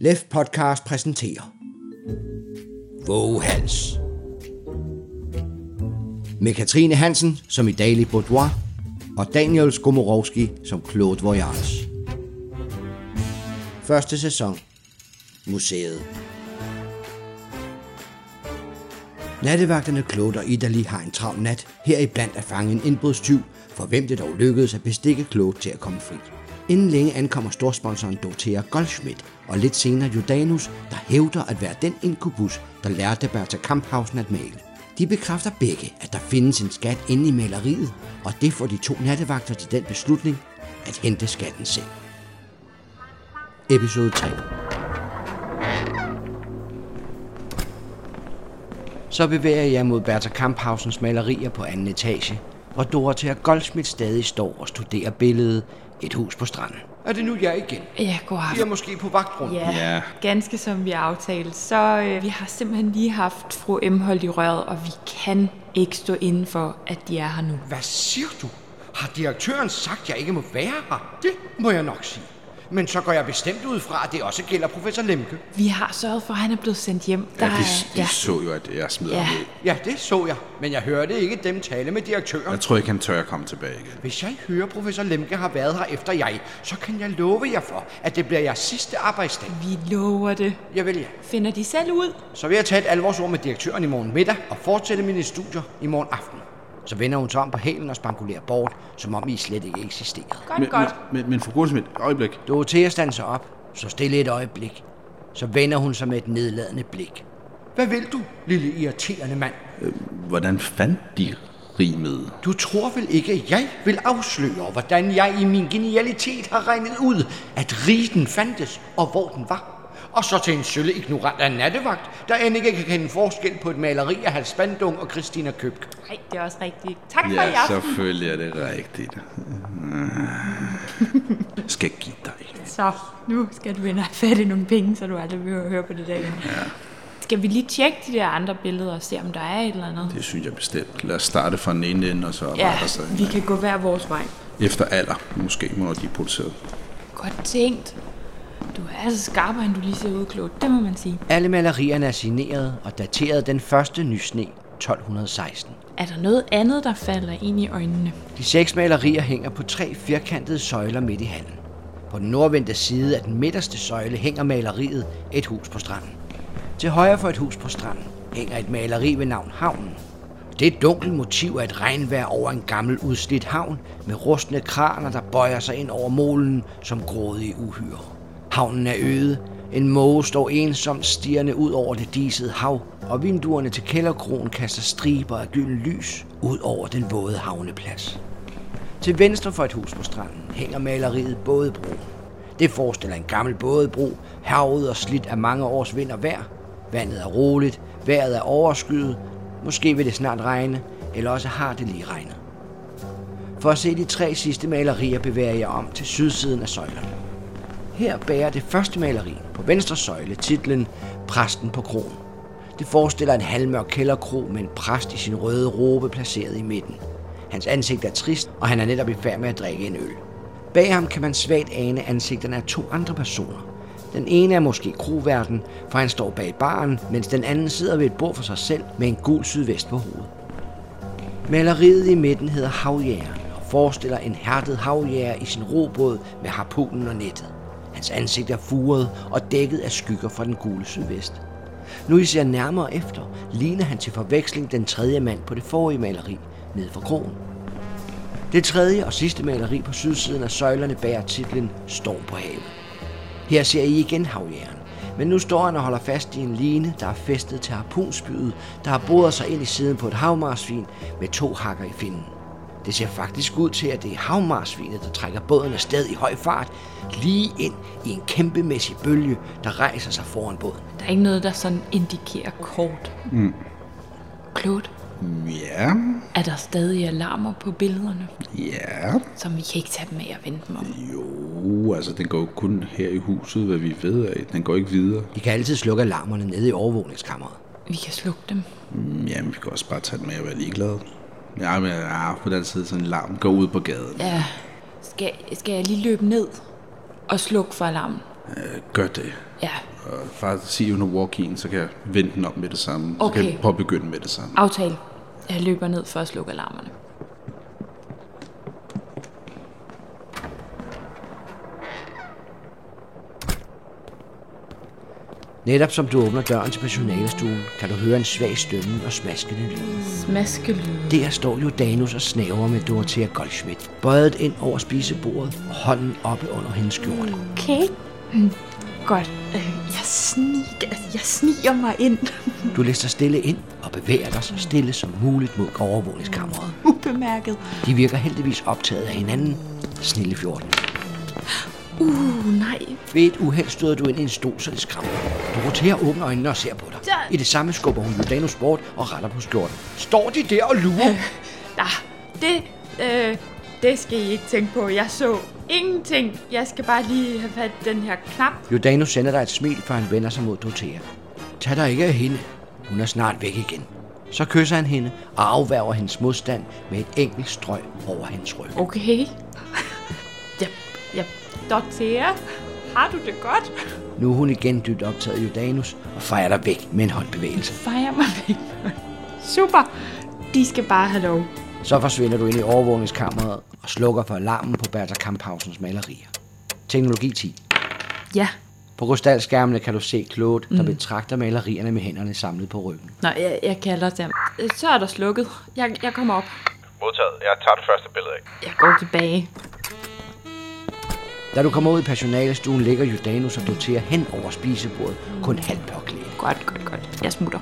Lef Podcast præsenterer Våghals Med Katrine Hansen som i Daily Boudoir og Daniel Skomorowski som Claude Voyage. Første sæson Museet Nattevagterne Claude og Idali har en travl nat, heriblandt at fange en indbrudstyv, for hvem det dog lykkedes at bestikke Claude til at komme fri. Inden længe ankommer storsponsoren Dorothea Goldschmidt, og lidt senere Jordanus, der hævder at være den inkubus, der lærte Bertha Kamphausen at male. De bekræfter begge, at der findes en skat inde i maleriet, og det får de to nattevagter til den beslutning at hente skatten selv. Episode 3 Så bevæger jeg mod Bertha Kamphausens malerier på anden etage, hvor Dorothea Goldsmith stadig står og studerer billedet Et hus på stranden. Er det nu jeg igen? Ja, god Vi er aften. måske på vagtrund. Ja, Ja. ganske som vi aftalte. Så øh, vi har simpelthen lige haft fru M. holdt i røret, og vi kan ikke stå inden for, at de er her nu. Hvad siger du? Har direktøren sagt, at jeg ikke må være her? Det må jeg nok sige. Men så går jeg bestemt ud fra, at det også gælder professor Lemke. Vi har sørget for, at han er blevet sendt hjem. Der Ja, de, er- de så jo, at jeg smider Ja. ham ud. Ja, det så jeg, men jeg hørte ikke dem tale med direktøren. Jeg tror ikke, han tør at komme tilbage igen. Hvis jeg hører, professor Lemke har været her efter jeg, så kan jeg love jer for, at det bliver jeres sidste arbejdsdag. Vi lover det. Jeg vil ja. Finder de selv ud? Så vil jeg tage et alvorsord med direktøren i morgen middag og fortsætte mine studier i morgen aften. Så vender hun sig om på hælen og spankulerer bort, som om I slet ikke eksisterede. Godt, Men, godt. men, men, men fru Goldsmith, øjeblik. Dorothea standser op, så stille et øjeblik. Så vender hun sig med et nedladende blik. Hvad vil du, lille irriterende mand? Hvordan fandt de rimet? Du tror vel ikke, at jeg vil afsløre, hvordan jeg i min genialitet har regnet ud, at rigen fandtes og hvor den var. Og så til en sølle ignorant af en nattevagt, der end ikke kan kende forskel på et maleri af Hans Bandung og Christina Købke. Nej, det er også rigtigt. Tak for i Ja, aften. selvfølgelig er det rigtigt. Skal jeg give dig. Så nu skal du ind og have fat i nogle penge, så du aldrig behøver at høre på det der. igen. Skal vi lige tjekke de der andre billeder og se, om der er et eller andet? Det synes jeg bestemt. Lad os starte fra den ene ende, og så Ja, arbejde sig vi kan gå hver vores vej. efter alder. Måske må de er produceret. Godt tænkt. Du er altså skarpere, end du lige ser ud, Claude. Det må man sige. Alle malerierne er signeret og dateret den første nysne 1216. Er der noget andet, der falder ind i øjnene? De seks malerier hænger på tre firkantede søjler midt i hallen. På den nordvendte side af den midterste søjle hænger maleriet Et hus på stranden. Til højre for Et hus på stranden hænger et maleri ved navn Havnen. Det er et dunkelt motiv af et regnvejr over en gammel udslidt havn med rustne kraner, der bøjer sig ind over molen som grådige uhyre. Havnen er øde. En måge står ensomt stirrende ud over det disede hav, og vinduerne til kælderkronen kaster striber af gylden lys ud over den våde havneplads. Til venstre for et hus på stranden hænger maleriet Bådebro. Det forestiller en gammel bådebro, hervet og slidt af mange års vind og vejr. Vandet er roligt, vejret er overskyet, måske vil det snart regne, eller også har det lige regnet. For at se de tre sidste malerier bevæger jeg om til sydsiden af søjlerne. Her bærer det første maleri på venstre søjle titlen Præsten på kronen. Det forestiller en halvmørk kælderkro med en præst i sin røde robe placeret i midten. Hans ansigt er trist, og han er netop i færd med at drikke en øl. Bag ham kan man svagt ane ansigterne af to andre personer. Den ene er måske kroværten, for han står bag baren, mens den anden sidder ved et bord for sig selv med en gul sydvest på hovedet. Maleriet i midten hedder Havjægeren og forestiller en hærdet havjæger i sin robåd med harpunen og nettet. Hans ansigt er furet og dækket af skygger fra den gule sydvest. Nu I ser nærmere efter, ligner han til forveksling den tredje mand på det forrige maleri, ned for krogen. Det tredje og sidste maleri på sydsiden af søjlerne bærer titlen Storm på havet. Her ser I igen havjæren, men nu står han og holder fast i en line, der er festet til harpunspydet, der har boret sig ind i siden på et havmarsvin med to hakker i finnen. Det ser faktisk ud til, at det er havmarsvinet, der trækker båden afsted i høj fart, lige ind i en kæmpemæssig bølge, der rejser sig foran båden. Der er ikke noget, der sådan indikerer kort. Mm. Claude, Ja, er der stadig alarmer på billederne, ja. som vi kan ikke tage dem af og vente dem om? Jo, altså den går jo kun her i huset, hvad vi ved af. Den går ikke videre. I kan altid slukke alarmerne nede i overvågningskammeret. Vi kan slukke dem. Mm, Jamen, vi kan også bare tage den med og være ligeglade. Ja, men ja, på den anden side sådan en larm går ud på gaden. Ja. Skal, skal jeg lige løbe ned og slukke for alarmen? Øh, gør det. Ja, Og far, sig jo, når walk in, så kan jeg vende den om med det samme. Så kan Okay. jeg påbegynde med det samme. aftale. Jeg løber ned for at slukke alarmerne. Netop som du åbner døren til personalestuen, kan du høre en svag stønnen og smaskende lyd. Smaskelyd. Der står jo Danus og snaver med Dorothea Goldschmidt, bøjet ind over spisebordet og hånden oppe under hendes skjorte. Okay. Mm, Godt. Øh, Jeg, snik, altså, jeg sniger mig ind. Du lister stille ind og bevæger dig så stille som muligt mod overvågningskammeret. Ubemærket. De virker heldigvis optaget af hinanden. Snille 14. Uh, nej. Ved et uheld støder du ind i en stol, så det skræmmer. Dorothea åbner øjnene og ser på dig. I det samme skubber hun Danus bort og retter på skjorten. Står de der og lurer? Ah, det, øh, det skal I ikke tænke på. Jeg så ingenting. Jeg skal bare lige have fat i den her knap. Jordanus sender dig et smil, før han vender sig mod Dorothea. Tag dig ikke af hende. Hun er snart væk igen. Så kysser han hende og afværger hendes modstand med et enkelt strøg over hendes ryg. Okay. Jeg, jeg, Dorothea, har du det godt? Nu er hun igen dybt optaget af Jordanus og fejrer dig væk med en håndbevægelse. Fejrer mig væk. Super. De skal bare have lov. Så forsvinder du ind i overvågningskammeret og slukker for alarmen på Bertha Kamphausens malerier. Teknologi 10. Ja. På krystalskærmene kan du se Claude, der betragter malerierne med hænderne samlet på ryggen. Nå, jeg, jeg kalder dem. Øh, Så er der slukket. Jeg, jeg kommer op. Modtaget. Jeg tager det første billede af. Jeg går tilbage. Da du kommer ud i personalestuen, ligger Jordanus og Dorothea hen over spisebordet, kun halvt påklædt. Godt, godt, godt. Jeg smutter.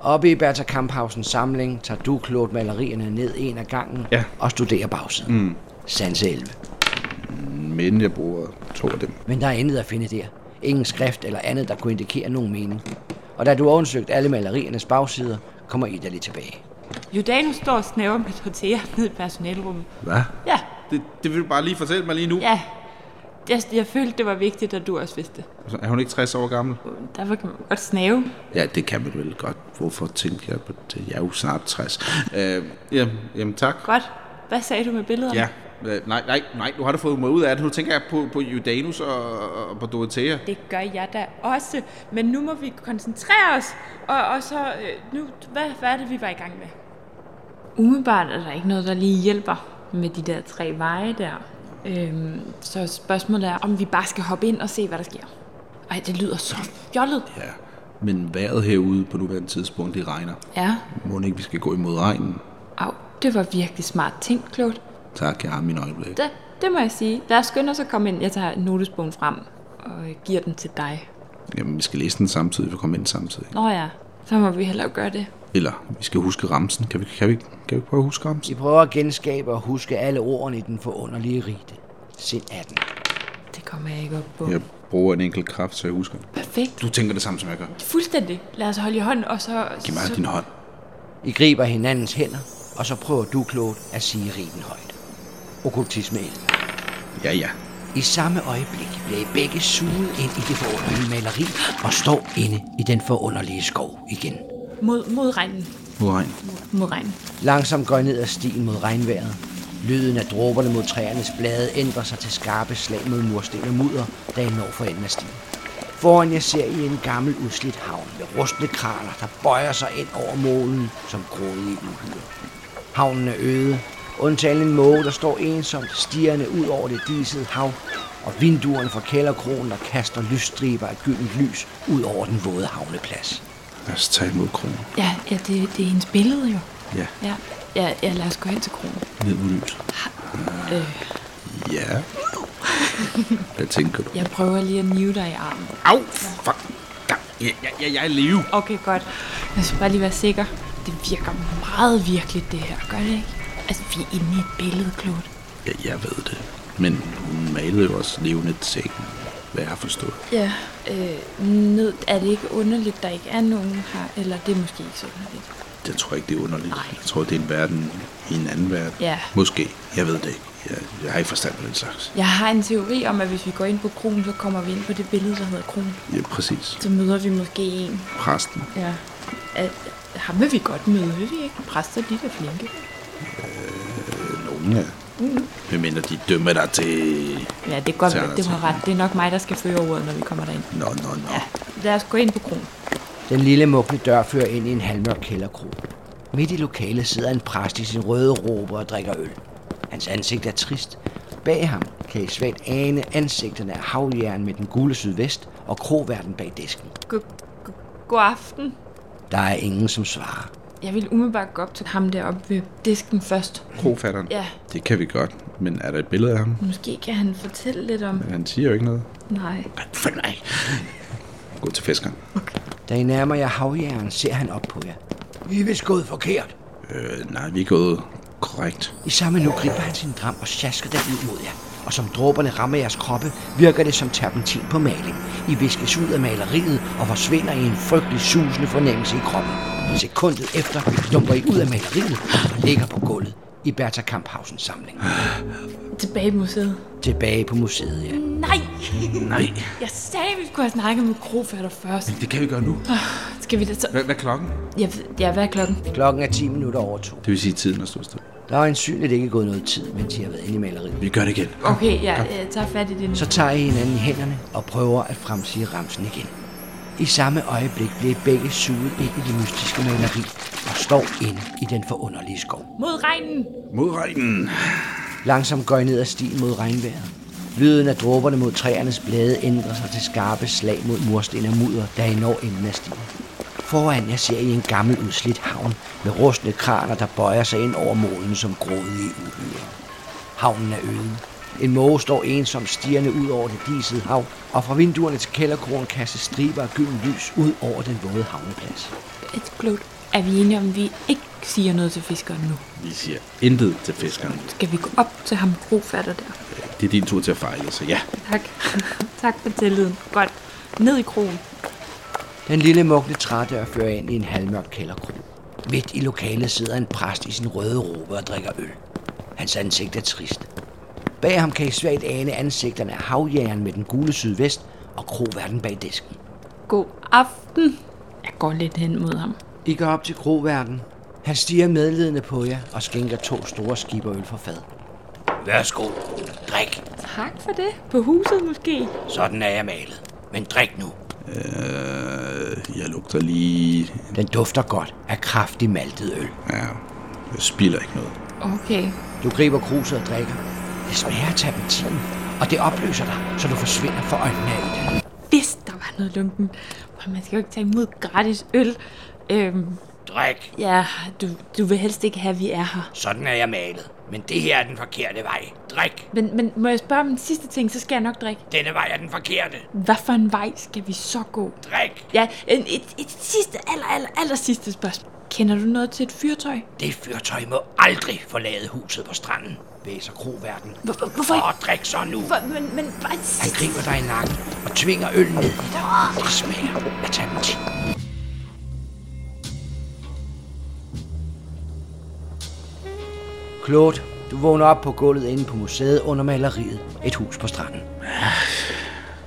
Oppe i Bertha Kamphausens samling tager du Claude malerierne ned en af gangen Ja. og studerer bagsiden. Mm. Sanse 11. Men jeg bruger to af dem. Men der er intet at finde der. Ingen skrift eller andet, der kunne indikere nogen mening. Og da du har undersøgt alle maleriernes bagsider, kommer Ida lidt tilbage. Jordanus står og snæver med Dorothea ned i personalrummet. Hvad? Ja, Det, det vil du bare lige fortælle mig lige nu. ja. Jeg, jeg følte, det var vigtigt, at du også vidste det. Altså, Er hun ikke 60 år gammel? Derfor kan man godt snave. Ja, det kan man vel godt. Hvorfor tænkte jeg på det? Jeg er jo snart 60. Øh, jamen, jamen, tak. Godt. Hvad sagde du med billederne? Ja. Øh, nej, nej, nej. Nu har du fået mig ud af det. Nu tænker jeg på, på Judanus og, og på Dorothea. Det gør jeg da også, men nu må vi koncentrere os. Og, og så, øh, nu, hvad, hvad er det, vi var i gang med? Umiddelbart er der ikke noget, der lige hjælper med de der tre veje der. Øhm, så spørgsmålet er, om vi bare skal hoppe ind og se, hvad der sker. Ej, det lyder så fjollet. Ja. Men vejret herude på nuværende tidspunkt, det regner. Ja, Må ikke, vi skal gå imod regnen? Au, det var virkelig smart tænkt, Claude. Tak, jeg har min øjeblik. Det, det må jeg sige. Lad os skynde os at komme ind. Jeg tager notesbogen frem og øh, giver den til dig. Jamen, vi skal læse den samtidig, for at komme ind samtidig. Nå ja, så må vi hellere gøre det. Eller, vi skal huske ramsen. Kan vi, kan vi, kan vi prøve at huske ramsen? I prøver at genskabe og huske alle ordene i den forunderlige rite. Sind 18. Det kommer jeg ikke op på. Jeg bruger en enkelt kraft, så jeg husker. Perfekt. Du tænker det samme, som jeg gør. Fuldstændig. Lad os holde i hånden, og så... Giv mig så din hånd. I griber hinandens hænder, og så prøver du, Claude, at sige riten højt. Okkultisme 11. Ja, ja. I samme øjeblik bliver I begge suget ind i det forunderlige maleri og står inde i den forunderlige skov igen. mod, mod regnen. Uregn. Mod regnen. Langsomt går I ned ad stien mod regnvejret. Lyden af dråberne mod træernes blade ændrer sig til skarpe slag mod mursten og mudder, da I når for enden af stien. Foran jer ser I en gammel udslidt havn med rustne kraner, der bøjer sig ind over målen som grådige uhyre. Havnen er øde, undtagen en måge, der står ensomt stirrende ud over det disede hav, og vinduerne fra kælderkronen, der kaster lysstriber af gyldent lys ud over den våde havneplads. Lad os tage imod kronen. Ja, ja det, det er hendes billede jo. Ja, Ja. ja, ja lad os gå hen til kronen. ned mod lys. Ja. Hvad tænker du? Jeg prøver lige at nive dig i armen. Au, fuck. Ja, ja, ja, jeg er leve. Okay, godt. Jeg skal bare lige være sikker. Det virker meget virkeligt, det her. Gør det ikke? Altså, vi er inde i et billede, Claude. Ja, jeg ved det. Men hun malede jo også levende ting. Hvad jeg har forstået. Ja, øh, ned, er det ikke underligt, der ikke er nogen her? Eller det er måske ikke så underligt. Jeg tror ikke, det er underligt. Nej. Jeg tror, det er en verden i en anden verden. Ja. Måske. Jeg ved det ikke. Jeg, jeg har ikke forstand på den slags. Jeg har en teori om, at hvis vi går ind på kronen, så kommer vi ind på det billede, der hedder kronen. Ja, præcis. Så møder vi måske en, Præsten. Ja. At, ham vil vi godt møde, vil vi ikke? Præster, de er da flinke. Øh, nogen af. Mm. Hvem de dømmer dig til... Ja, det er godt, Så er at der det var altså- ret. Det er nok mig, der skal føre ordet, når vi kommer derind. Nå, nå, nå. Lad os gå ind på kronen. Den lille mugne dør fører ind i en halvmørk kælderkrog. Midt i lokalet sidder en præst i sin røde råbe og drikker øl. Hans ansigt er trist. Bag ham kan I svagt ane ansigterne af havjern med den gule sydvest og kroverden bag disken. God, god, god aften. Der er ingen, som svarer. Jeg vil umiddelbart gå op til ham deroppe ved disken først. Krofatteren. Ja. Det kan vi godt. Men er der et billede af ham? Måske kan han fortælle lidt om... Han siger jo ikke noget. Nej. For nej. Gå til fiskeren. Da I nærmer jer havjern, ser han op på jer. Vi er vist gået forkert. Øh, nej, vi er gået korrekt. I samme nu griber han sin dram og sjasker den ud mod jer. Og som dråberne rammer jeres kroppe, virker det som terpentin på maling. I viskes ud af maleriet og forsvinder i en frygtelig susende fornemmelse i kroppen. Sekundet efter dumper I ud af maleriet og ligger på gulvet i Bertha Kamphausens samling. Tilbage i museet. Tilbage på museet, ja. Nej! Nej, Jeg sagde, vi skulle have snakket med krofatter først. det kan vi gøre nu. Skal vi da så... Hvad, hvad er klokken? Jeg ved, ja, hvad er klokken? Klokken er 10 minutter over to. Det vil sige, at tiden er stået stille. Der er øjensynligt ikke gået noget tid, mens I har været inde i maleriet. Vi gør det igen. Okay, jeg, jeg tager fat i din... Så tager I hinanden i hænderne og prøver at fremsige ramsen igen. I samme øjeblik bliver I begge suget ind i det mystiske maleri og står inde i den forunderlige skov. Mod regnen! Mod regnen. Langsomt går I ned ad stien mod regnvejret. Lyden af dråberne mod træernes blade ændrer sig til skarpe slag mod mursten og mudder, da I når enden af stien. Foran jer ser I en gammel udslidt havn med rustne kraner, der bøjer sig ind over målen som grådige uhyre. Havnen er øde. En måge står ensomt stirrende ud over det disede hav, og fra vinduerne til kælderkrogen kastes striber af gylden lys ud over den våde havneplads. Et klogt. Er vi enige om, at vi ikke siger noget til fiskeren nu? Vi siger intet til fiskeren. Skal vi gå op til ham krofatter der? Det er din tur til at fejle, så ja. Tak. tak for tilliden. Godt. Ned i krogen. Den lille mugne trædør fører ind i en halvmørk kælderkrog. Midt i lokalet sidder en præst i sin røde robe og drikker øl. Hans ansigt er trist. Bag ham kan I svagt ane ansigterne af havjægeren med den gule sydvest og kroverden bag disken. God aften. Jeg går lidt hen mod ham. I går op til kroverden. Han stiger medledende på jer og skænker to store skib øl fra fad. Værsgo, drik. Tak for det. På huset måske. Sådan er jeg malet. Men drik nu. Øh, jeg lugter lige... Den dufter godt af kraftig maltet øl. Ja, jeg spilder ikke noget. Okay. Du griber kruset og drikker. Det smager af terpentin, og det opløser dig, så du forsvinder for øjnene af det. Hvis der var noget lunken. For Man skal jo ikke tage imod gratis øl. Øhm, Drik. ja, du, du vil helst ikke have, at vi er her. Sådan er jeg malet. Men det her er den forkerte vej. Drik. Men, men må jeg spørge om en sidste ting, så skal jeg nok drikke. Denne vej er den forkerte. Hvad for en vej skal vi så gå? Drik. Ja, en, et, et sidste, aller, aller, aller sidste spørgsmål. Kender du noget til et fyrtøj? Det fyrtøj må aldrig forlade huset på stranden, væser kroverden. Hvor- hvor- hvorfor ikke? Og drik så nu. For, men, men bare et Han sidste... griber dig i nakken og tvinger øllen ned i dig. Det smager af terpentin. Claude, du vågner op på gulvet inde på museet under maleriet Et hus på stranden.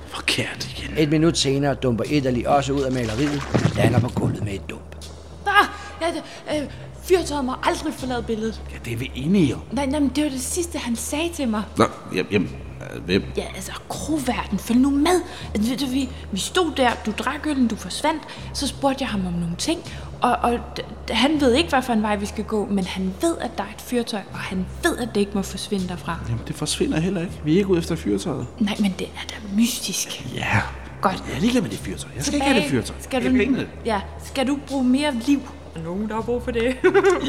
Forkert igen. Et minut senere dumper Italy også ud af maleriet og lander på gulvet med et dump. Ah, ja, det, øh, fyrtøjet må aldrig forlade billedet. Ja, det er vi enige om. Nej, nej, men det var det sidste, han sagde til mig. Nå, jamen, jamen øh, hvem? Ja, altså, kroverden, følg nu med. Altså, ved du, Vi, vi stod der, du drak øllen, du forsvandt. Så spurgte jeg ham om nogle ting, og, og d- d- han ved ikke, hvad for en vej vi skal gå, men han ved, at der er et fyrtøj, og han ved, at det ikke må forsvinde derfra. Jamen, det forsvinder heller ikke. Vi er ikke ude efter fyrtøjet. Nej, men det er da mystisk. Ja. Godt. Jeg er ligeglad med det fyrtøj. Jeg skal ikke have det fyrtøj. Skal Jeg du, er pengene. ja, skal du bruge mere liv? Nogen, der har brug for det.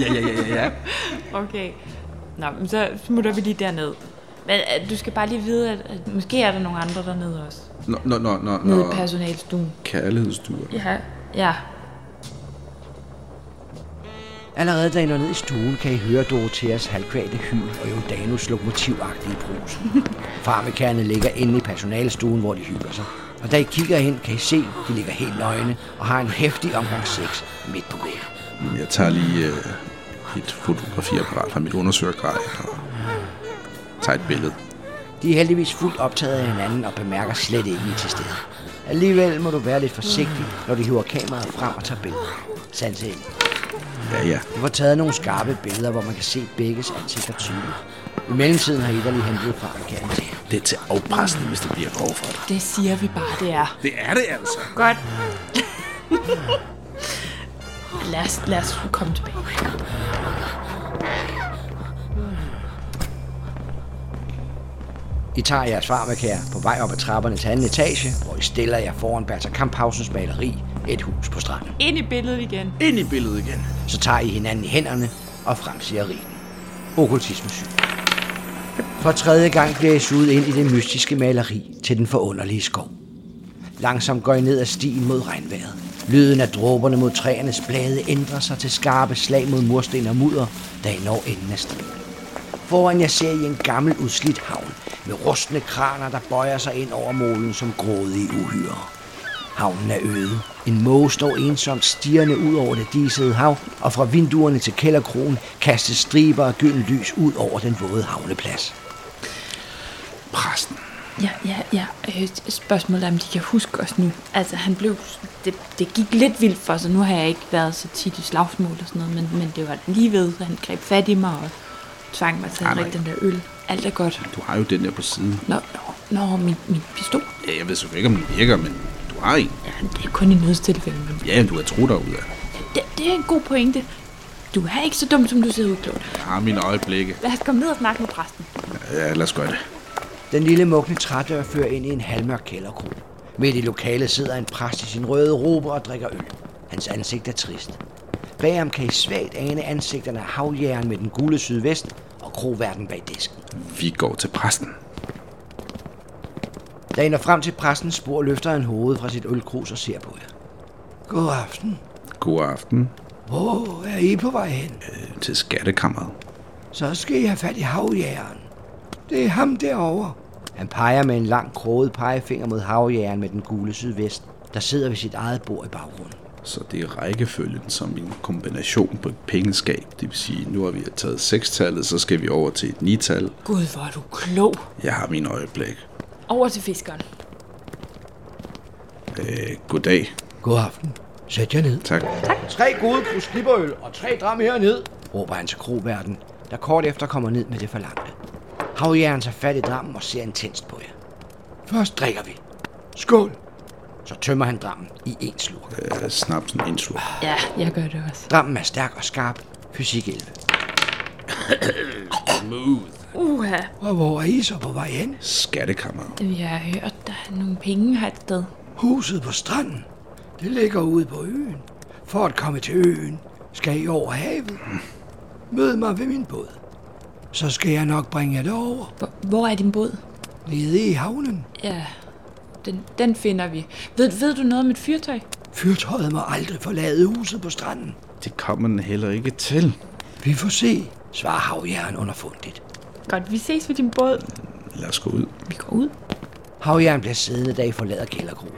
Ja, ja, ja, ja, ja. Okay. Nå, men så smutter vi lige derned. Men øh, du skal bare lige vide, at, at måske er der nogle andre dernede også. Nå, nå, nå, nå, Nede nå. i personalstuen. Kærlighedsduer. Ja. Ja. Allerede da I når ned i stuen, kan I høre Dorotheas halvkvægte hyl og Jordanos lokomotivagtige brus. Farmekærne ligger inde i personalstuen, hvor de hygger sig. Og da I kigger ind, kan I se, de ligger helt nøgne og har en hæftig omgang sex midt på gulvet. Jeg tager lige øh, et fotografiapparat fra mit undersøgergrej og tager et billede. De er heldigvis fuldt optaget af hinanden og bemærker slet ikke, I er til stede. Alligevel må du være lidt forsigtig, når de hiver kameraet frem og tager billeder. Sanse ind. Ja, ja. Du får taget nogle skarpe billeder, hvor man kan se begges ansigter tydeligt. I mellemtiden har Ida lige hentet farmekatten til. Det er til afpresning, hvis det bliver grov for dig. Det siger vi bare, det er. Det er det altså. Godt. lad, os, lad os komme tilbage. I tager jeres farmakager på vej op ad trapperne til anden etage, hvor I stiller jer foran Bertha Kamphausens maleri, et hus på stranden. Ind i billedet igen. Ind i billedet igen. Så tager I hinanden i hænderne og fremsiger rigen. Okkultisme 7. For tredje gang bliver I suget ind i det mystiske maleri til den forunderlige skov. Langsomt går I ned ad stien mod regnvejret. Lyden af dråberne mod træernes blade ændrer sig til skarpe slag mod mursten og mudder, da I når enden af stien. Foran jer ser I en gammel udslidt havn med rustne kraner, der bøjer sig ind over målen som grådige uhyrer. Havnen er øde. En måge står ensomt stirrende ud over det disede hav, og fra vinduerne til kælderkrogen kastes striber af gylden lys ud over den våde havneplads. Præsten. Ja, ja, ja. Øh, spørgsmålet er, om de kan huske os nu. Altså, han blev... Det, det gik lidt vildt for sig. Nu har jeg ikke været så tit i slagsmål og sådan noget, men, men det var lige ved, at han greb fat i mig og tvang mig til Ej, at nej. drikke den der øl. Alt er godt. Du har jo den der på siden. Nå, nå, nå min, min pistol. Ja, jeg ved så ikke, om den virker, men du har en. Ja, det er kun i nødstilfælde, men Ja, du har tro derude. det, det er en god pointe. Du er ikke så dum, som du ser ud, Claude. Jeg har mine øjeblikke. Lad os komme ned og snakke med præsten. Ja, lad os gøre det. Den lille mugne trædør fører ind i en halvmørk kælderkrog. Midt i lokalet sidder en præst i sin røde robe og drikker øl. Hans ansigt er trist. Bag ham kan I svagt ane ansigterne af havjægeren med den gule sydvest og kroverden bag disken. Vi går til præsten. Da I når frem til præstens spor, løfter han hovedet fra sit ølkrus og ser på jer. God aften. God aften Hvor er I på vej hen? øh, til skattekammeret. Så skal I have fat i havjægeren. Det er ham derovre. Han peger med en lang kroget pegefinger mod havjægeren med den gule sydvest, der sidder ved sit eget bord i baggrunden. Så det er rækkefølgen som en kombination på et pengeskab. Det vil sige, nu har vi taget sekstallet, så skal vi over til et nital. Gud, hvor er du klog. Jeg har mine øjeblik. Over til fiskeren. Øh, goddag. God aften. Sæt jer ned. Tak. tak. Tre gode krusklipperøl og tre dram herned, råber han til kroverden, der kort efter kommer ned med det forlangte. Havjæren tager fat i drammen og ser intenst på jer. Først drikker vi. Skål! Så tømmer han drammen i en slurk. Øh, snapsen en slur. Ja, jeg gør det også. Drammen er stærk og skarp. Fysik 11. Uha, Og hvor er I så på vej hen? Skattekammeret. vi har hørt, der er nogle penge her et sted. Huset på stranden. Det ligger ude på øen. For at komme til øen, skal I over havet. Mød mig ved min båd. Så skal jeg nok bringe jer derover, Hvor, hvor er din båd? nede i havnen. Ja, den, den finder vi. Ved, ved du noget om et fyrtøj? Fyrtøjet må aldrig forlade huset på stranden. Det kommer den heller ikke til. Vi får se, svarer havjæren underfundigt. Godt, vi ses ved din båd. Lad os gå ud. Vi går ud. Havjæren bliver siddende, da I forlader kældergruppen.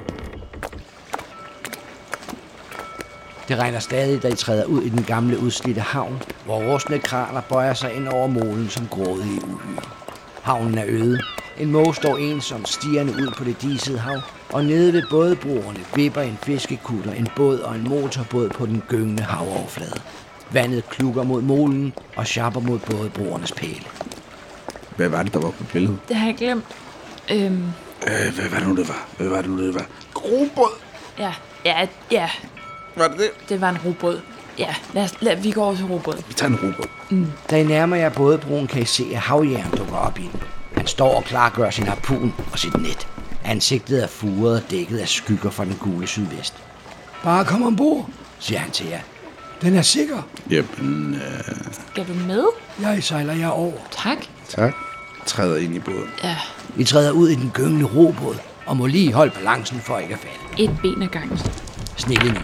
Det regner stadig, da I træder ud i den gamle udslidte havn, hvor rustne kraner bøjer sig ind over målen som grådige uhyre. Havnen er øde. En måge står ensomt stigende ud på det disede hav, og nede ved bådebroerne vipper en fiskekutter, en båd og en motorbåd på den gyngende havoverflade. Vandet klukker mod molen og sjapper mod bådebroernes pæle. Hvad var det, der var på billedet? Det har jeg glemt. Øhm, Øh, hvad var det nu, det var? Hvad var det nu, det var? Grobåd! ja, ja, ja. Var det det? Det var en robåd. Ja, lad os, lad, vi går over til robåden. Vi tager en robåd. Da I nærmer jer bådebroen, kan I se, at havjern dukker op i den. Han står og klargør sin harpun og sit net. Ansigtet er furet og dækket af skygger fra den gule sydvest. Bare kom ombord, siger han til jer. Den er sikker. Jamen, øh, Skal du med? Jeg sejler jer over. Tak. tak. Træder ind i båden. Ja, I træder ud i den gyngende robåd og må lige holde balancen for ikke at falde. et ben ad gangen. Snille nu.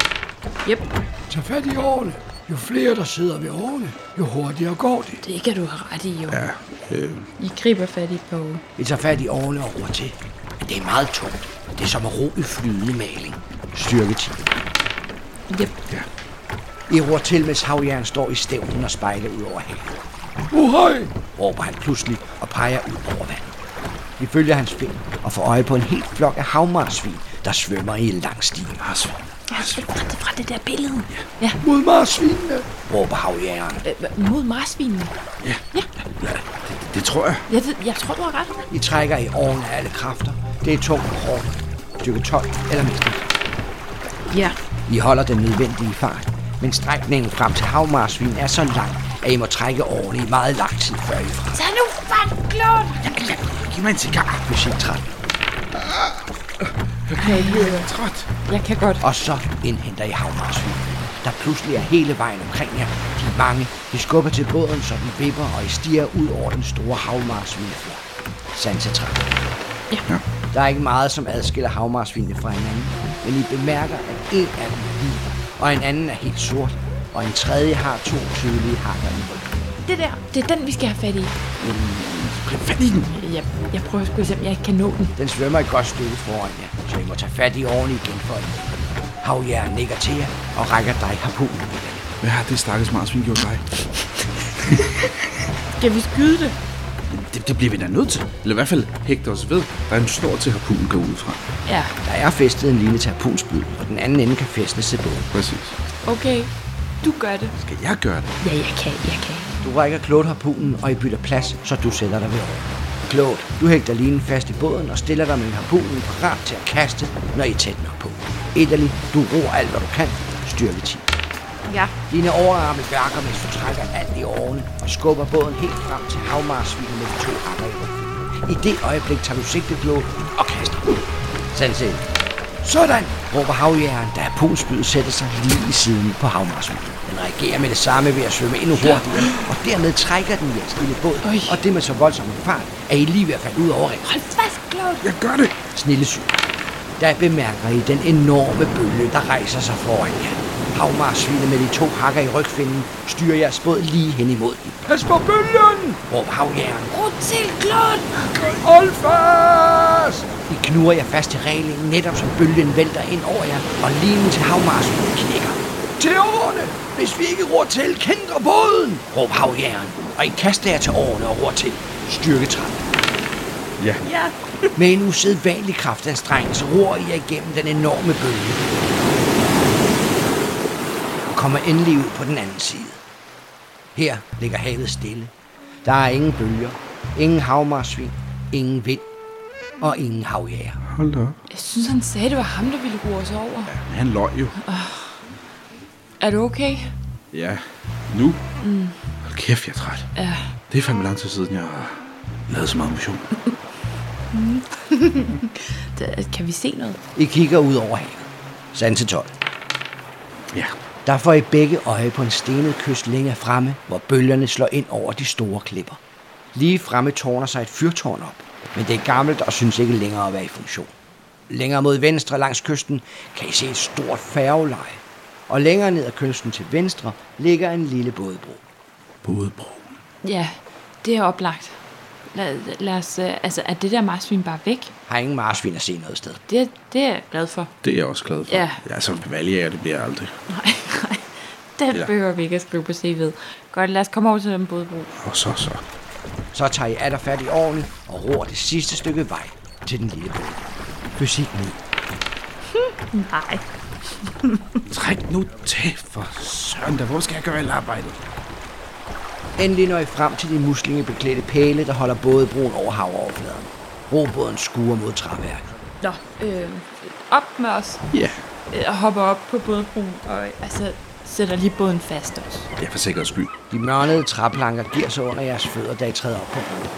Yep. Tag fat i årene. Jo flere, der sidder ved årene, jo hurtigere går det. Det kan du have ret i, jo. Ja, øh, I griber fat i på. Vi tager fat i årene og roer til. Men det er meget tungt. Det er som at ro i flydende maling. Styrke 10. Yep. I ror til, mens havjern står i stævnen og spejler ud over havet. Uhøj! råber han pludselig og peger ud over vandet. Vi følger hans ben og får øje på en helt flok af havmarsvin, der svømmer i en lang stige. marsvin. Jeg har flyttet fra det, fra det der billede. Mod marsvinene, råber havjægeren. Øh, mod marsvinene. Det tror jeg. Jeg, ved, jeg tror, du har ret. I trækker i årene af alle kræfter. Det er tungt og hårdt. Stykke 12 eller mindre. Ja. I holder den nødvendige fart, men strækningen frem til havmarsvin er så lang, at I må trække årene i meget lang tid før I er frem. Tag nu fat, klon! Giv mig en cigar. Fysik 13. Jeg kan godt. Og så indhenter I havmarsvin, der pludselig er hele vejen omkring jer. De er mange. I skubber til båden, så den vipper, og I stiger ud over den store havmarsvineflok. Sansa 13. Ja. Der er ikke meget, som adskiller havmarsvinene fra hinanden, men I bemærker, at en af dem er hvid, og en anden er helt sort, og en tredje har to tydelige hakker i ryggen. Det der, det er den, vi skal have fat i. Grib fat i den. Jeg, jeg prøver sgu at se, om jeg ikke kan nå den. Den svømmer et godt stykke foran jer, så I må tage fat i årene igen for at hjælpe den. Havjæren nikker til jer og rækker dig harpunen. Hvad har det stakkels marsvin gjort dig? Skal vi skyde det? Det, det bliver vi da nødt til. Eller i hvert fald hægte os ved. Der er en snor til harpunen går ud fra. Ja. Der er festet en lille til harpunspyd, og den anden ende kan fæstnes til båden. Præcis. Okay. Du gør det. Skal jeg gøre det? Ja, jeg kan, jeg kan. Du rækker klot harpunen, og I bytter plads, så du sætter dig ved året. Klot, du hægter linen fast i båden og stiller dig med harpunen parat til at kaste, når I er tæt nok på. Etterlig, du roer alt, hvad du kan. Styrke 10. Ja. Dine overarme værker, mens du trækker alt i årene og skubber båden helt frem til havmarsvinet med de to andre i ryggen. I det øjeblik tager du sigte, Klot, og kaster. Selv se. Sådan, råber havjæren, da harpunspydet sætter sig lige i siden på havmarsvinet. Den reagerer med det samme ved at svømme endnu hurtigere, og dermed trækker den jeres lille båd, og det med så voldsom en fart, at I lige ved at falde ud over Hold fast, klon! Jeg gør det. Snillesyn. Der bemærker I den enorme bølge, der rejser sig foran jer. Havmarsvinet med de to hakker i rygfinden styrer jeres båd lige hen imod den. Pas på bølgen! råber havjæren. Brug til, klon! Hold fast! I knurrer jer fast til reglingen, netop som bølgen vælter ind over jer, og linen til havmarsvinet knækker. Til årene! Hvis vi ikke ror til, kænder båden! råber havjæren, og I kaster jer til årene og ror til. Styrke 13. Ja. Med en usædvanlig kraftanstrengelse roer I jer igennem den enorme bølge. Og kommer endelig ud på den anden side. Her ligger havet stille. Der er ingen bølger, ingen havmarsvin, ingen vind og ingen havjæger. Hold da op. Jeg synes, han sagde, det var ham, der ville rue os over. Han løj jo. Er du okay? Ja. Nu? Mm. Hold kæft, jeg er træt. Ja. Det er fandme lang tid siden, jeg har lavet så meget motion. Da- Kan vi se noget? I kigger ud over havet. Sand til 12. Ja. Der får I begge øje på en stenet kyst længere fremme, hvor bølgerne slår ind over de store klipper. Lige fremme tårner sig et fyrtårn op, men det er gammelt og synes ikke længere at være i funktion. Længere mod venstre langs kysten kan I se et stort færgeleje, og længere ned ad kysten til venstre ligger en lille bådebro. Både bro. Ja, det er oplagt. Lad, lad os, øh, altså, er det der marsvin bare væk? Har ingen marsvin at se noget sted. Det, det er jeg glad for. Det er jeg også glad for. Ja. Ja, så valgjager det bliver jeg aldrig. Nej, nej. Den Ja. ja. behøver vi ikke at skrive på CV'et. Godt, lad os komme over til den bådbro. Og så så. Så tager I atter fat i ovnen og ror det sidste stykke vej til den lille båd. Fysik 9. Nej. Træk nu til for søren da. Hvor skal jeg gøre alt arbejdet? Endelig når I frem til de muslingebeklædte pæle, der holder både broen over havoverfladen. Robåden skuer mod træværket. Nå, øh, op med os. Ja. Øh, og hopper op på bådbroen, og øh, altså, sætter lige båden fast også. Ja, for sikkerheds skyld. De mørnede træplanker giver sig under jeres fødder, da I træder op på broen.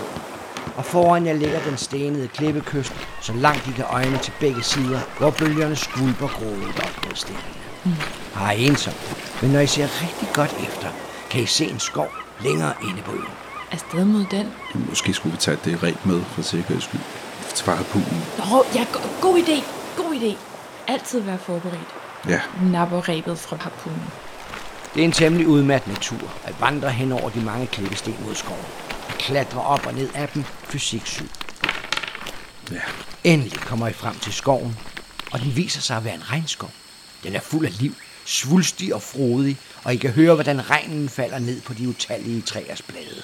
Og foran jer ligger den stenede klippekyst, så langt I kan øjne til begge sider, hvor bølgerne skvulper grådet op mod stenene. Har I ensomt, men når I ser rigtig godt efter, kan I se en skov længere inde på øen. Afsted mod den. Jamen, måske skulle vi tage det rent med for sikkerheds skyld. Til harpunen. Nå, ja, go- god idé. God idé. Altid være forberedt. Ja. Napper rebet fra harpunen. Det er en temmelig udmattende tur at vandre hen over de mange klippesten mod skoven. At klatre op og ned af dem, fysik 7. Ja. Endelig kommer I frem til skoven, og den viser sig at være en regnskov. Den er fuld af liv, svulstig og frodig, og I kan høre, hvordan regnen falder ned på de utallige træers blade.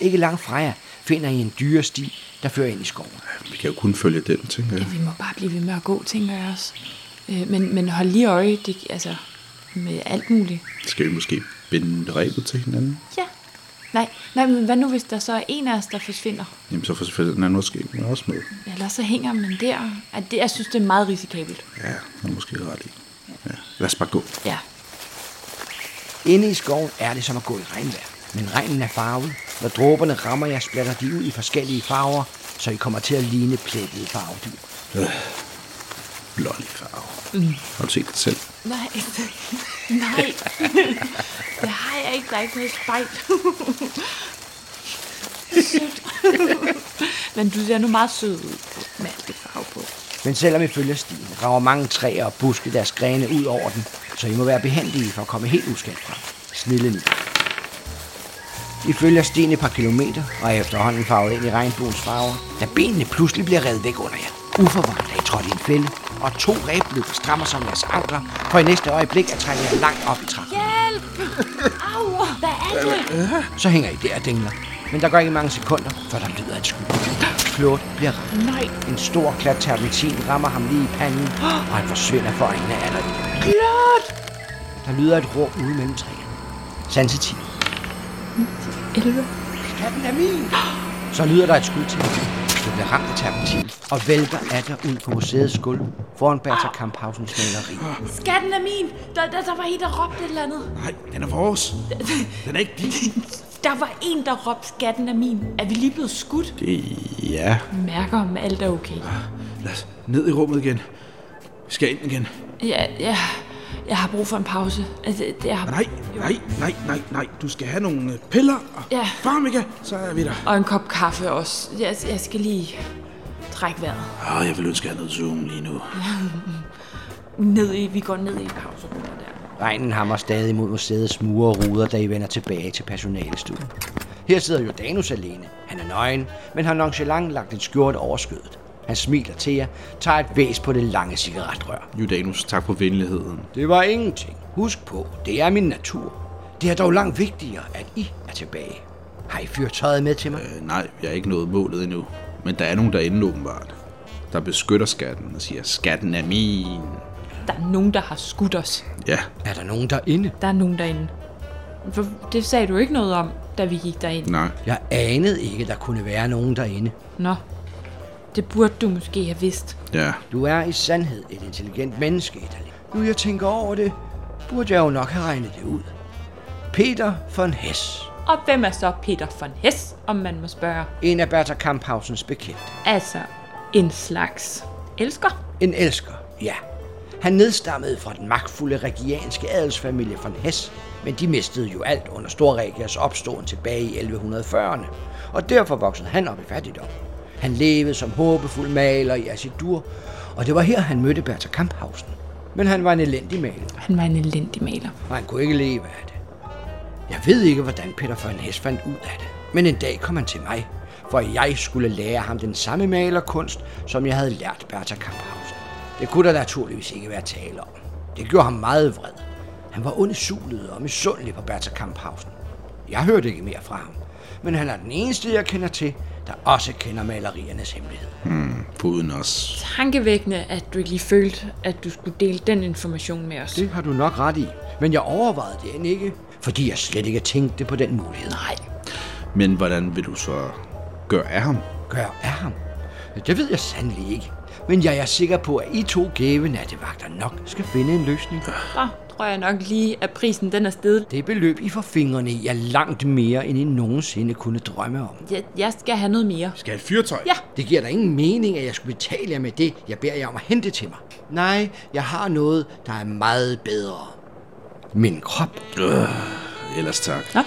Ikke langt fra jer finder I en dyresti, der fører ind i skoven. Vi kan jo kun følge den, tænker jeg. Vi må bare blive ved med at gå, tænker jeg også. Øh, men, men hold lige øje det, altså, med alt muligt. Skal vi måske binde rebet til hinanden? Ja. Nej, nej, men hvad nu, hvis der så er en af os, der forsvinder? Jamen, så får selvfølgelig den anden måske også med. Eller så hænger man der. At det, jeg synes, det er meget risikabelt. Ja, han er måske ret i. Ja. Lad os bare gå. Ja. Inde i skoven er det som at gå i regnvejr. Men regnen er farvet. Når dråberne rammer jer, splatter de ud i forskellige farver, så I kommer til at ligne plettede farvedyr. Lolly farve. Mm. Har du set det selv? Nej. nej. det har jeg ikke. Der er ikke noget spejl. Sødt. men du ser nu meget sød ud med alt det farve på. Men selvom I følger stien, rager mange træer og buske deres grene ud over den, så I må være behendige for at komme helt uskadt frem. Snille nu. I følger stien et par kilometer, og er efterhånden farvet ind i regnbuens farver, da benene pludselig bliver revet væk under jer. Uforvaret er I trådt i en fælde, og to ræbløber strammer sig om jeres ankler, for i næste øjeblik at trække jer langt op i trappen. Hjælp! Au, hvad er det? Så hænger I der og dingler. Men der går ikke mange sekunder, før der lyder et skud. Claude bliver ramt. Nej, En stor klat terpentin rammer ham lige i panden, og han forsvinder for øjnene af dig. klart! Der lyder et råb ude mellem træerne. Sansetid. 11. Katten er min! Så lyder der et skud til. Du bliver ramt af terpentin og vælter af dig ud på museets gulv foran Bertha Kamphausens maleri. Skatten er min! Der, der, der var en, der råbte et eller andet. Nej, den er vores. Den er ikke din. Der var en, der råbte, skatten er min. Er vi lige blevet skudt? Ja. Mærker om alt er okay. Lad os ned i rummet igen. Vi skal ind igen. Ja, ja. Jeg har brug for en pause. Altså, det- jeg har... Nej, nej, nej, nej, nej. Du skal have nogle øh, piller og Ja. farmika, så er vi der. Og en kop kaffe også. Jeg, jeg skal lige trække vejret. Åh, Ah, jeg vil ønske, at jeg havde Zoom lige nu. Ned i, vi går ned i pauserummet der. Regnen hammer stadig mod museets mure og ruder, da I vender tilbage til personalestuen. Her sidder Jordanus alene. Han er nøgen, men har nonchalant lagt en skjort over skødet. Han smiler til jer, tager et væs på det lange cigaretrør. Judanus, tak for venligheden. Det var ingenting. Husk på, det er min natur. Det er dog langt vigtigere, at I er tilbage. Har I fyret tøjet med til mig? Øh, nej, jeg er ikke nået målet endnu. Men der er nogen derinde åbenbart, der beskytter skatten og siger, skatten er min. Der er nogen, der har skudt os. Ja, Er der nogen derinde? Der er nogen derinde. For det sagde du ikke noget om, da vi gik derind. nej. Jeg anede ikke, der kunne være nogen derinde. Nå. Det burde du måske have vidst. Ja, Du er i sandhed et intelligent menneske, Italien. Nu jeg tænker over det, burde jeg jo nok have regnet det ud. Peter von Hess, Og hvem er så Peter von Hess, om man må spørge? en af Bertha Kamphausens bekendte. Altså, en slags elsker. En elsker, ja. Han nedstammede fra den magtfulde regianske adelsfamilie von Hess, men de mistede jo alt under Storregias opståen tilbage i 1140'erne, og derfor voksede han op i fattigdom. Han levede som håbefuld maler i Assidur, og det var her, han mødte Bertha Kamphausen. Men han var en elendig maler, Han var en elendig maler. og han kunne ikke leve af det. Jeg ved ikke, hvordan Peter von Hess fandt ud af det, men en dag kom han til mig, for jeg skulle lære ham den samme malerkunst, som jeg havde lært Bertha Kamphausen. Det kunne der naturligvis ikke være tale om. Det gjorde ham meget vred. Han var undsulet og misundelig på Bertha Kamphausen. Jeg hørte ikke mere fra ham, men han er den eneste, jeg kender til, der også kender maleriernes hemmelighed. foruden os. Tankevækkende, at du ikke lige følte, at du skulle dele den information med os. Det har du nok ret i, men jeg overvejede det end ikke, fordi jeg slet ikke tænkte på den mulighed. Nej. Men hvordan vil du så gøre af ham? gør af ham? Det ved jeg sandelig ikke. Men jeg er sikker på, at I to gæve nattevagter nok skal finde en løsning. Så tror jeg nok lige, at prisen den er stedet. Det beløb, I får fingrene i, er langt mere, end I nogensinde kunne drømme om. Jeg, jeg skal have noget mere. Skal et fyrtøj? Ja. Det giver da ingen mening, at jeg skulle betale jer med det, jeg beder jer om at hente til mig. Nej, jeg har noget, der er meget bedre. Min krop. Ellers tak. Nå,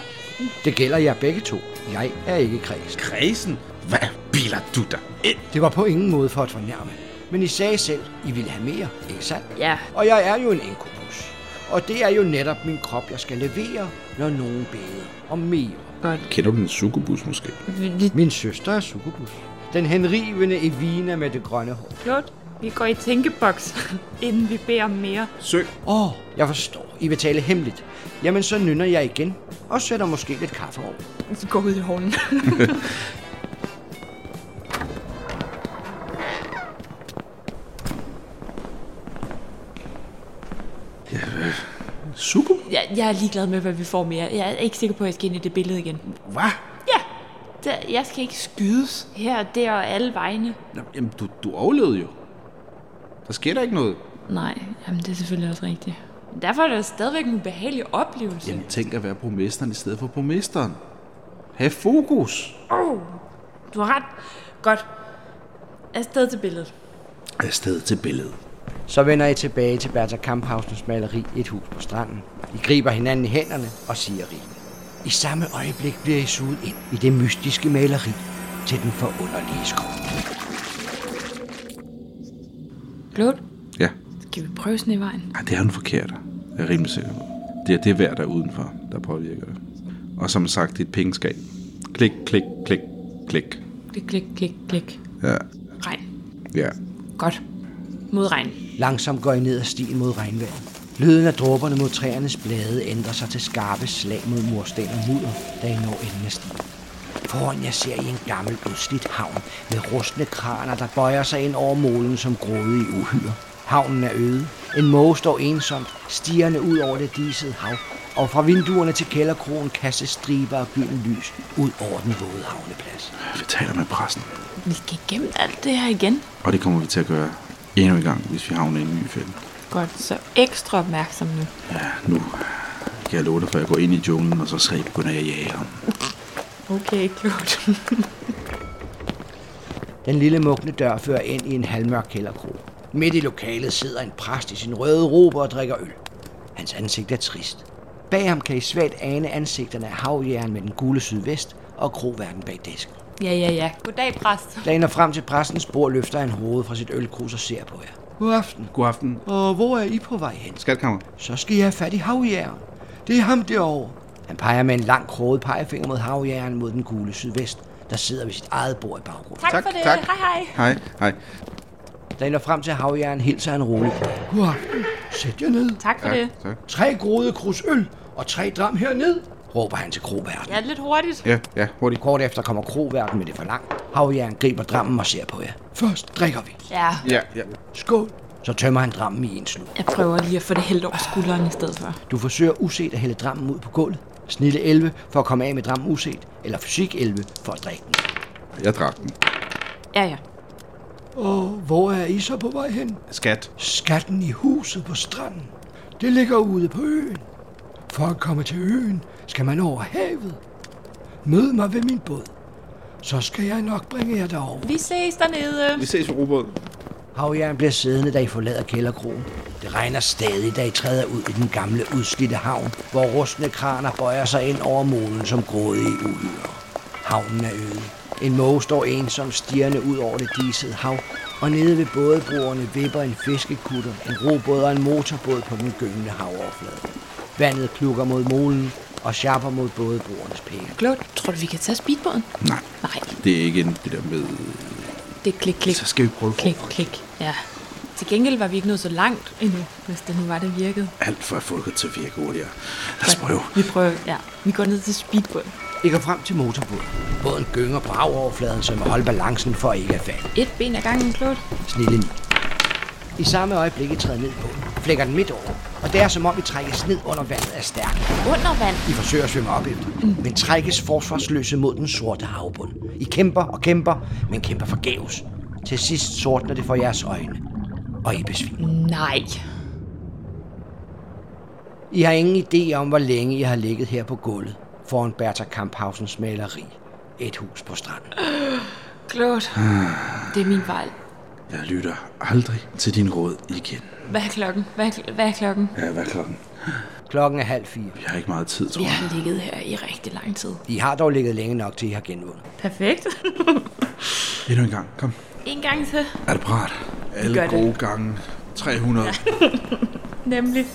Det gælder jer begge to. Jeg er ikke kreds. Kredsen? Hvad biler du dig ind? Det var på ingen måde for at fornærme. Men I sagde selv, I ville have mere, ikke sandt? ja. Og jeg er jo en inkubus. Og det er jo netop min krop, jeg skal levere, når nogen beder om mere. Godt. Kender du en succubus måske? Vi, vi, Min søster er succubus. Den henrivende Evina med det grønne hår. Klot, vi går i tænkeboks, inden vi beder om mere. Søg. Åh, oh, jeg forstår. I vil tale hemmeligt. Jamen, så nynner jeg igen. Og sætter måske lidt kaffe over. Så går ud i hånden. jeg, jeg er ligeglad med, hvad vi får mere. Jeg er ikke sikker på, at jeg skal ind i det billede igen. Hvad? Ja, det, jeg skal ikke skydes her og der og alle vegne. Nå, Jamen, du, du overlevede jo. Der sker der ikke noget. Nej, jamen det er selvfølgelig også rigtigt. Men Derfor er det jo stadigvæk en ubehagelig oplevelse. Jamen, tænk at være borgmesteren i stedet for borgmesteren. Ha' fokus. Oh, du har ret. Godt. Afsted til billedet. Afsted til billedet. Så vender I tilbage til Bertha Kamphausens maleri Et hus på stranden. I griber hinanden i hænderne og siger rigen. I samme øjeblik bliver I suget ind i det mystiske maleri til den forunderlige skov. Claude, Ja, skal vi prøve snevejen? Ej, det er den forkerte. Jeg er rimelig sikker på. Det er det vejr, der er udenfor, der påvirker det. Og som sagt, dit pengeskab. Klik, klik, klik, klik. Klik, klik, klik, klik. Ja, Regn. ja. Godt. Mod regn. Langsomt går I ned ad stien mod regnvejret. Lyden af dråberne mod træernes blade ændrer sig til skarpe slag mod mursten og mudder, da I når enden af stien. Foran jer ser I en gammel udslidt havn med rustne kraner, der bøjer sig ind over målen som grådige uhyre. Havnen er øde. En måge står ensomt, stigerne ud over det disede hav, og fra vinduerne til kælderkrogen kastes striber af gylden lys ud over den våde havneplads. Vi taler med pressen. Vi skal igennem alt det her igen. Og det kommer vi til at gøre endnu en gang, hvis vi havner i en ny fælde. Godt, så ekstra opmærksom nu. Ja, nu kan jeg love dig, for jeg går ind i junglen, og så skal jeg begynde at jage ham. Okay, klogt. Den lille mugne dør fører ind i en halvmørk kælderkrog. Midt i lokalet sidder en præst i sin røde robe og drikker øl. Hans ansigt er trist. Bag ham kan I svagt ane ansigterne af havjæren med den gule sydvest og kroverden bag disken. ja, ja, ja. Goddag, præst. Da I når frem til præstens bord, løfter han hovedet fra sit ølkrus og ser på jer. God aften. God aften. Og hvor er I på vej hen? Skatkammer. Så skal I have fat i havjæren. Det er ham derovre. Han peger med en lang kroget pegefinger mod havjæren mod den gule sydvest, der sidder ved sit eget bord i baggrunden. Tak, Tak, for det. tak. Hej, hej. Hej, hej. Da I når frem til havjæren, hilser han roligt. God aften. Sæt jer ned. Tak for det. tak. Tre grode krus øl og tre dram herned, råber han til kroværten. Ja, lidt hurtigt. Ja, ja, hurtigt. Kort efter kommer kroværten med det for langt. Havjern griber drammen og ser på jer. Først drikker vi. Ja. Ja, ja. Skål. Så tømmer han drammen i en slug. Jeg prøver lige at få det hældt over skulderen i stedet for. Du forsøger uset at hælde drammen ud på gulvet. Snille 11 for at komme af med drammen uset, eller fysik 11 for at drikke den. Jeg drak den. Ja, ja. Og hvor er I så på vej hen? Skat. Skatten i huset på stranden. Det ligger ude på øen. For at komme til øen, skal man over havet. Mød mig ved min båd. Så skal jeg nok bringe jer derover. Vi ses dernede. Vi ses på robåden. Havjern bliver siddende, da I forlader kælderkrogen. Det regner stadig, da I træder ud i den gamle udslidte havn, hvor rustne kraner bøjer sig ind over molen som grådige uhyre. Havnen er øde. En måge står ensom stirrende ud over det disede hav, og nede ved bådebroerne vipper en fiskekutter, en robåd og en motorbåd på den gyngende havoverflade. Vandet klukker mod molen og sharper mod bådebroernes pæle. Claude, tror du, vi kan tage speedbåden? Nej, Nej, det er ikke en- det der med... det er klik, klik. Så skal vi prøve Klik, klik. Ja. Til gengæld var vi ikke nået så langt endnu, hvis det nu var, det virkede. alt for at få det til at virke hurtigere. Lad os prøve. Vi prøver, ja. Vi går ned til speedbåden. I går frem til motorbåden. Båden gynger på havoverfladen, så I må holde balancen for ikke at falde. Et ben ad gangen, Claude. snille ni. I samme øjeblik I træder ned på den, flækker den midt over, og det er som om I trækkes ned under vandet af stærk. Under vand. I forsøger at svømme op efter, men trækkes forsvarsløse mod den sorte havbund. I kæmper og kæmper, men kæmper forgæves. Til sidst sortner det for jeres øjne, og I Mm. besvimer. Nej. I har ingen idé om, hvor længe I har ligget her på gulvet foran Bertha Kamphausens maleri. Et hus på stranden. Claude. Ah. Det er min fejl. Jeg lytter aldrig til din råd igen. Hvad er klokken? Hvad er, kl- hvad er klokken? Ja, hvad er klokken? Klokken er halv fire. Jeg har ikke meget tid, tror Vi jeg. har ligget her i rigtig lang tid. I har dog ligget længe nok, til I har genvundet. Perfekt. Endnu en gang. Kom. en gang til. Er du parat? Alle gør det. gode gange. 300. Nemlig.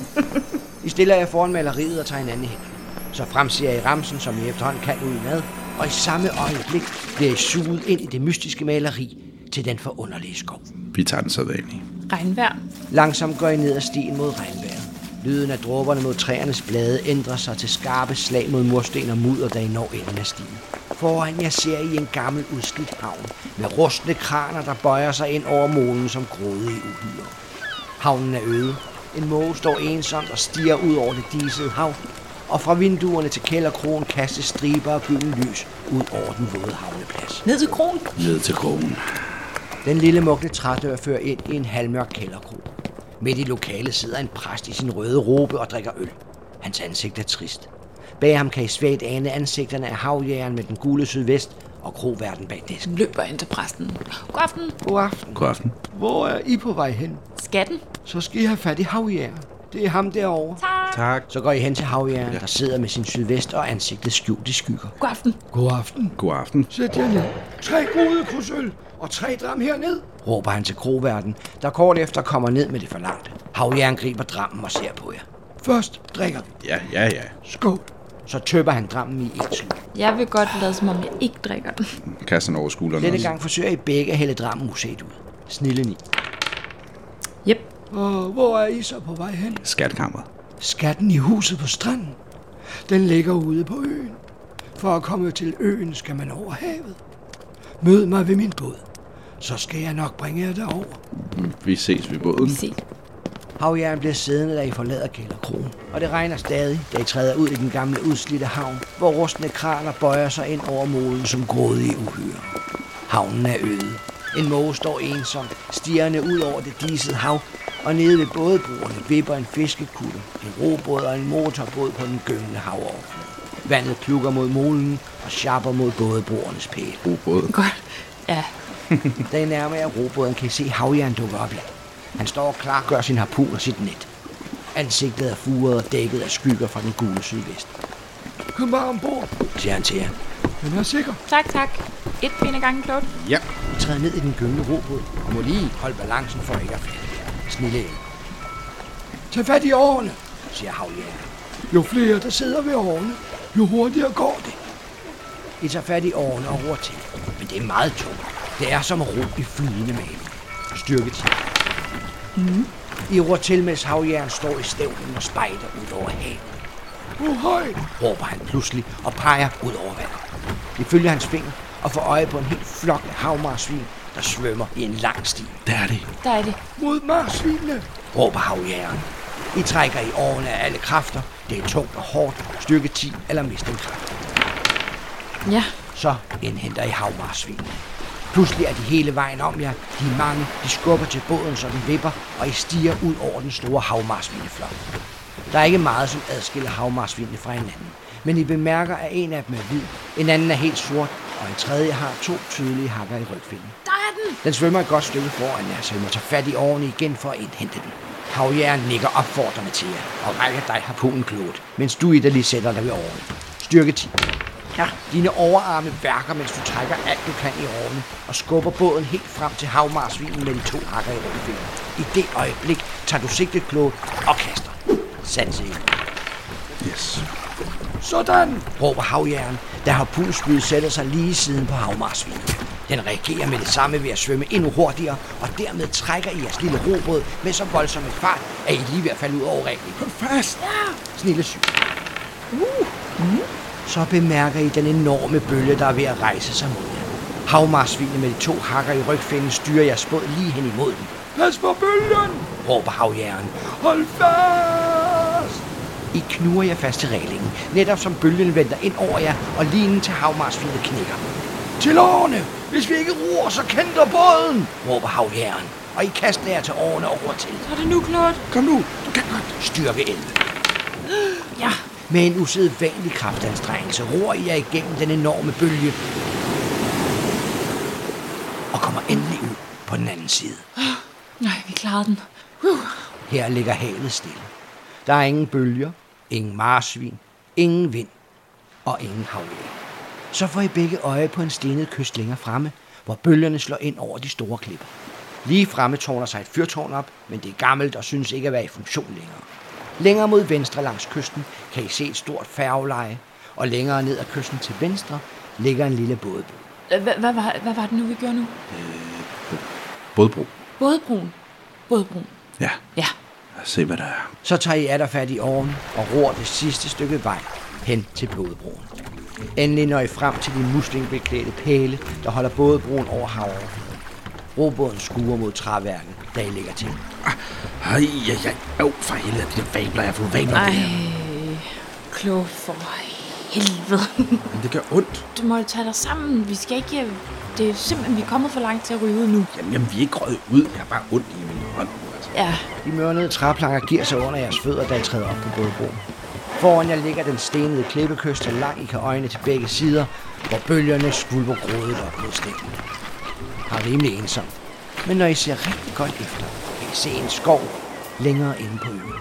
I stiller jer foran maleriet og tager hinanden i hænderne. Så fremsiger I ramsen, som I efterhånden kan udenad, og i samme øjeblik bliver I suget ind i det mystiske maleri til den forunderlige skov. Vi tager den sædvanlige. Regnvejr. Langsomt går I ned ad stien mod regnvejret. Lyden af dråberne mod træernes blade ændrer sig til skarpe slag mod mursten og mudder, da I når enden af stien. Foran jer ser I en gammel udslidt havn med rustne kraner, der bøjer sig ind over molen som grådige uhyre. Havnen er øde. En måge står ensomt og stiger ud over det disede hav, og fra vinduerne til kælderkrogen kastes striber af gylden lys ud over den våde havneplads. Ned til kronen. Ned til krogen. Den lille mugne trædør fører ind i en halvmørk kælderkrog. Midt i lokalet sidder en præst i sin røde robe og drikker øl. Hans ansigt er trist. Bag ham kan I svagt ane ansigterne af havjægeren med den gule sydvest og kroverden bag disken. Løber ind til præsten. God aften. God aften. God aften. Hvor er I på vej hen? Skatten. Så skal I have fat i havjægeren. Det er ham derovre. Tak. Tak. Så går I hen til havjægeren, der sidder med sin sydvest og ansigtet skjult i skygger. God aften. God aften. God aften. Sæt jer ned. Tre gode krusøl og tre dram herned, råber han til kroverden, der kort efter kommer ned med det forlangte. Havjæren griber drammen og ser på jer. Først drikker vi. Ja, ja, ja. Skål. Så tøpper han drammen i et slug. Jeg vil godt lade, som om jeg ikke drikker den. Kaster den over skulderen Denne også. gang forsøger I begge at hælde drammen uset ud. Snille ni. Yep. Og hvor er I så på vej hen? Skatkammeret. Skatten i huset på stranden. Den ligger ude på øen. For at komme til øen skal man over havet. Mød mig ved min båd. Så skal jeg nok bringe jer derover. Vi ses ved båden. Se. Havjæren bliver siddende, da I forlader kælderkrogen. Og det regner stadig, da I træder ud i den gamle udslidte havn, hvor rustne kraner bøjer sig ind over moden som grådige uhyre. Havnen er øde. En måge står ensomt, stirrende ud over det disede hav, og nede ved bådebroerne vipper en fiskekutte, en robåd og en motorbåd på den gyngende havoverflade. Vandet plukker mod molen og sjapper mod bådebroernes pæle. God båd. Godt. Ja. Da I nærmer jer robåden, kan I se havjern dukke op igen. Han står og klar, gør sin harpun og sit net. Ansigtet er furet og dækket af skygger fra den gule sydvest. Kom bare ombord, siger han til jer. Men er sikker. Tak, tak. Et ben ad gangen klogt. Ja. I træder ned i den gyngende robåd og må lige holde balancen for ikke at falde. Snille ind. Tag fat i årene, siger havjern. Jo flere der sidder ved årene, jo hurtigere går det. I tager fat i årene og roer til. Men det er meget tungt. Det er som at ro i flydende maling. Styrke til. Mm. I roer til, mens havjæren står i stævnen og spejder ud over havet. Uhøj! råber han pludselig og peger ud over vandet. De følger hans finger og får øje på en helt flok af havmarsvin, der svømmer i en lang sti. Der er det. Der er det. Mod marsvinene! råber havjægeren. I trækker i årene af alle kræfter. Det er tungt og hårdt. Styrke 10 eller mist en kraft. Ja. Så indhenter I havmarsvinene. Pludselig er de hele vejen om jer. De er mange. De skubber til båden, så den vipper, og I stiger ud over den store havmarsvineflok. Der er ikke meget, som adskiller havmarsvinene fra hinanden. Men I bemærker, at en af dem er hvid, en anden er helt sort, og en tredje har to tydelige hakker i rygfinnen. Der er den. Den svømmer et godt stykke foran jer, så I må tage fat i årene igen for at indhente den. Havjæren nikker opfordrende til jer, og rækker dig harpunen klogt, mens du i det lige sætter dig ved årene. Styrke 10. Ja. Dine overarme værker, mens du trækker alt du kan i årene, og skubber båden helt frem til havmarsvinen mellem to hakker i rundfingeren. I det øjeblik tager du sigtet klogt og kaster. Sats i. Yes. Sådan, råber havjæren, da harpunspydet sætter sig lige siden på havmarsvinen. Den reagerer med det samme ved at svømme endnu hurtigere, og dermed trækker I jeres lille robåd med så voldsom en fart, at I lige ved at falde ud over reglen. Hold fast. Snille syg. Så bemærker I den enorme bølge, der er ved at rejse sig mod jer. Havmarsvinene med de to hakker i rygfinden styrer jeres båd lige hen imod den. Pas på bølgen! råber havjæren. Hold fast! I knuger jer fast til reglingen, netop som bølgen vender ind over jer, og linen til havmarsvinet knækker. Til årene! Hvis vi ikke roer, så kender båden! råber havjæren, og I kaster jer til årene og roer til. Så er det nu, Claude. Kom nu. Du kan godt. Styrke 11. Ja. Med en usædvanlig kraftanstrengelse roer I jer igennem den enorme bølge og kommer endelig ud på den anden side. Nej, vi klarede den. Uh. Her ligger havet stille. Der er ingen bølger, ingen marsvin, ingen vind og ingen havjæger. Så får I begge øje på en stenet kyst længere fremme, hvor bølgerne slår ind over de store klipper. Lige fremme tårner sig et fyrtårn op, men det er gammelt og synes ikke at være i funktion længere. Længere mod venstre langs kysten kan I se et stort færgeleje, og længere ned ad kysten til venstre ligger en lille bådby. Hvad, hvad, var, hvad var det nu, vi gjorde nu? Bådbro. Bådbroen. Bådbroen. Ja. Ja. Lad os se, hvad der er. Så tager I atter fat i oven og ror det sidste stykke vej hen til bådebroen. Endelig når I frem til de muslingbeklædte pæle, der holder bådebroen over havet. Robåden skuer mod træværket, der I ligger til. Ej, Ah, ja, ja. Åh, for helvede, de der vabler, jeg får vabler. Ej, Ej. klog for helvede. Men det gør ondt. Du må jo tage dig sammen. Vi skal ikke... øh, Det er simpelthen, vi er kommet for langt til at ryge ud nu. Jamen, jamen vi er ikke røget ud. Jeg har bare ondt i min hånd nu, altså. Ja, De mørnede træplanker giver sig under jeres fødder, da I træder op på bådbroen. Foran jer ligger den stenede klippekyst, så langt I kan øjne til begge sider, hvor bølgerne skvulper grådet op mod stenen. Har rimelig ensomt, men når I ser rigtig godt efter, kan I se en skov længere inde på øen.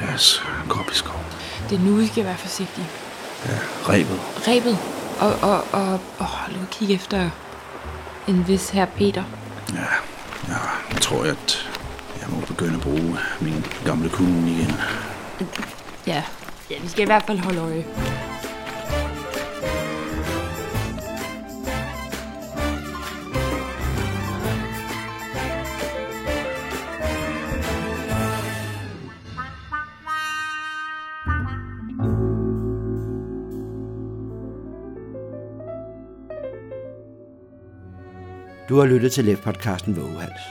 Lad os gå op i skoven. det er nu, vi skal være forsigtige. Rebet. Rebet. Og, og, og, og hold nu kig efter en vis her Peter. Ja, jeg tror, at jeg må begynde at bruge min gamle kugle igen. Ja. ja, vi skal i hvert fald holde øje. Du har lyttet til LEF-podcasten Vågehals.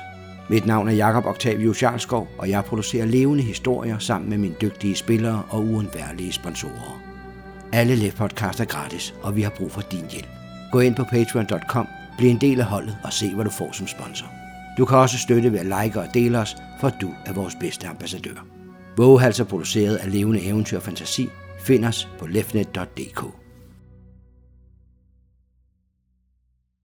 Mit navn er Jakob Octavius Jarlskov, og jeg producerer levende historier sammen med mine dygtige spillere og uundværlige sponsorer. Alle LEF-podcasts er gratis, og vi har brug for din hjælp. Gå ind på patreon.com, bliv en del af holdet og se, hvad du får som sponsor. Du kan også støtte ved at like og dele os, for du er vores bedste ambassadør. Vågehals er produceret af levende eventyr og fantasi. Find os på lefnet.dk.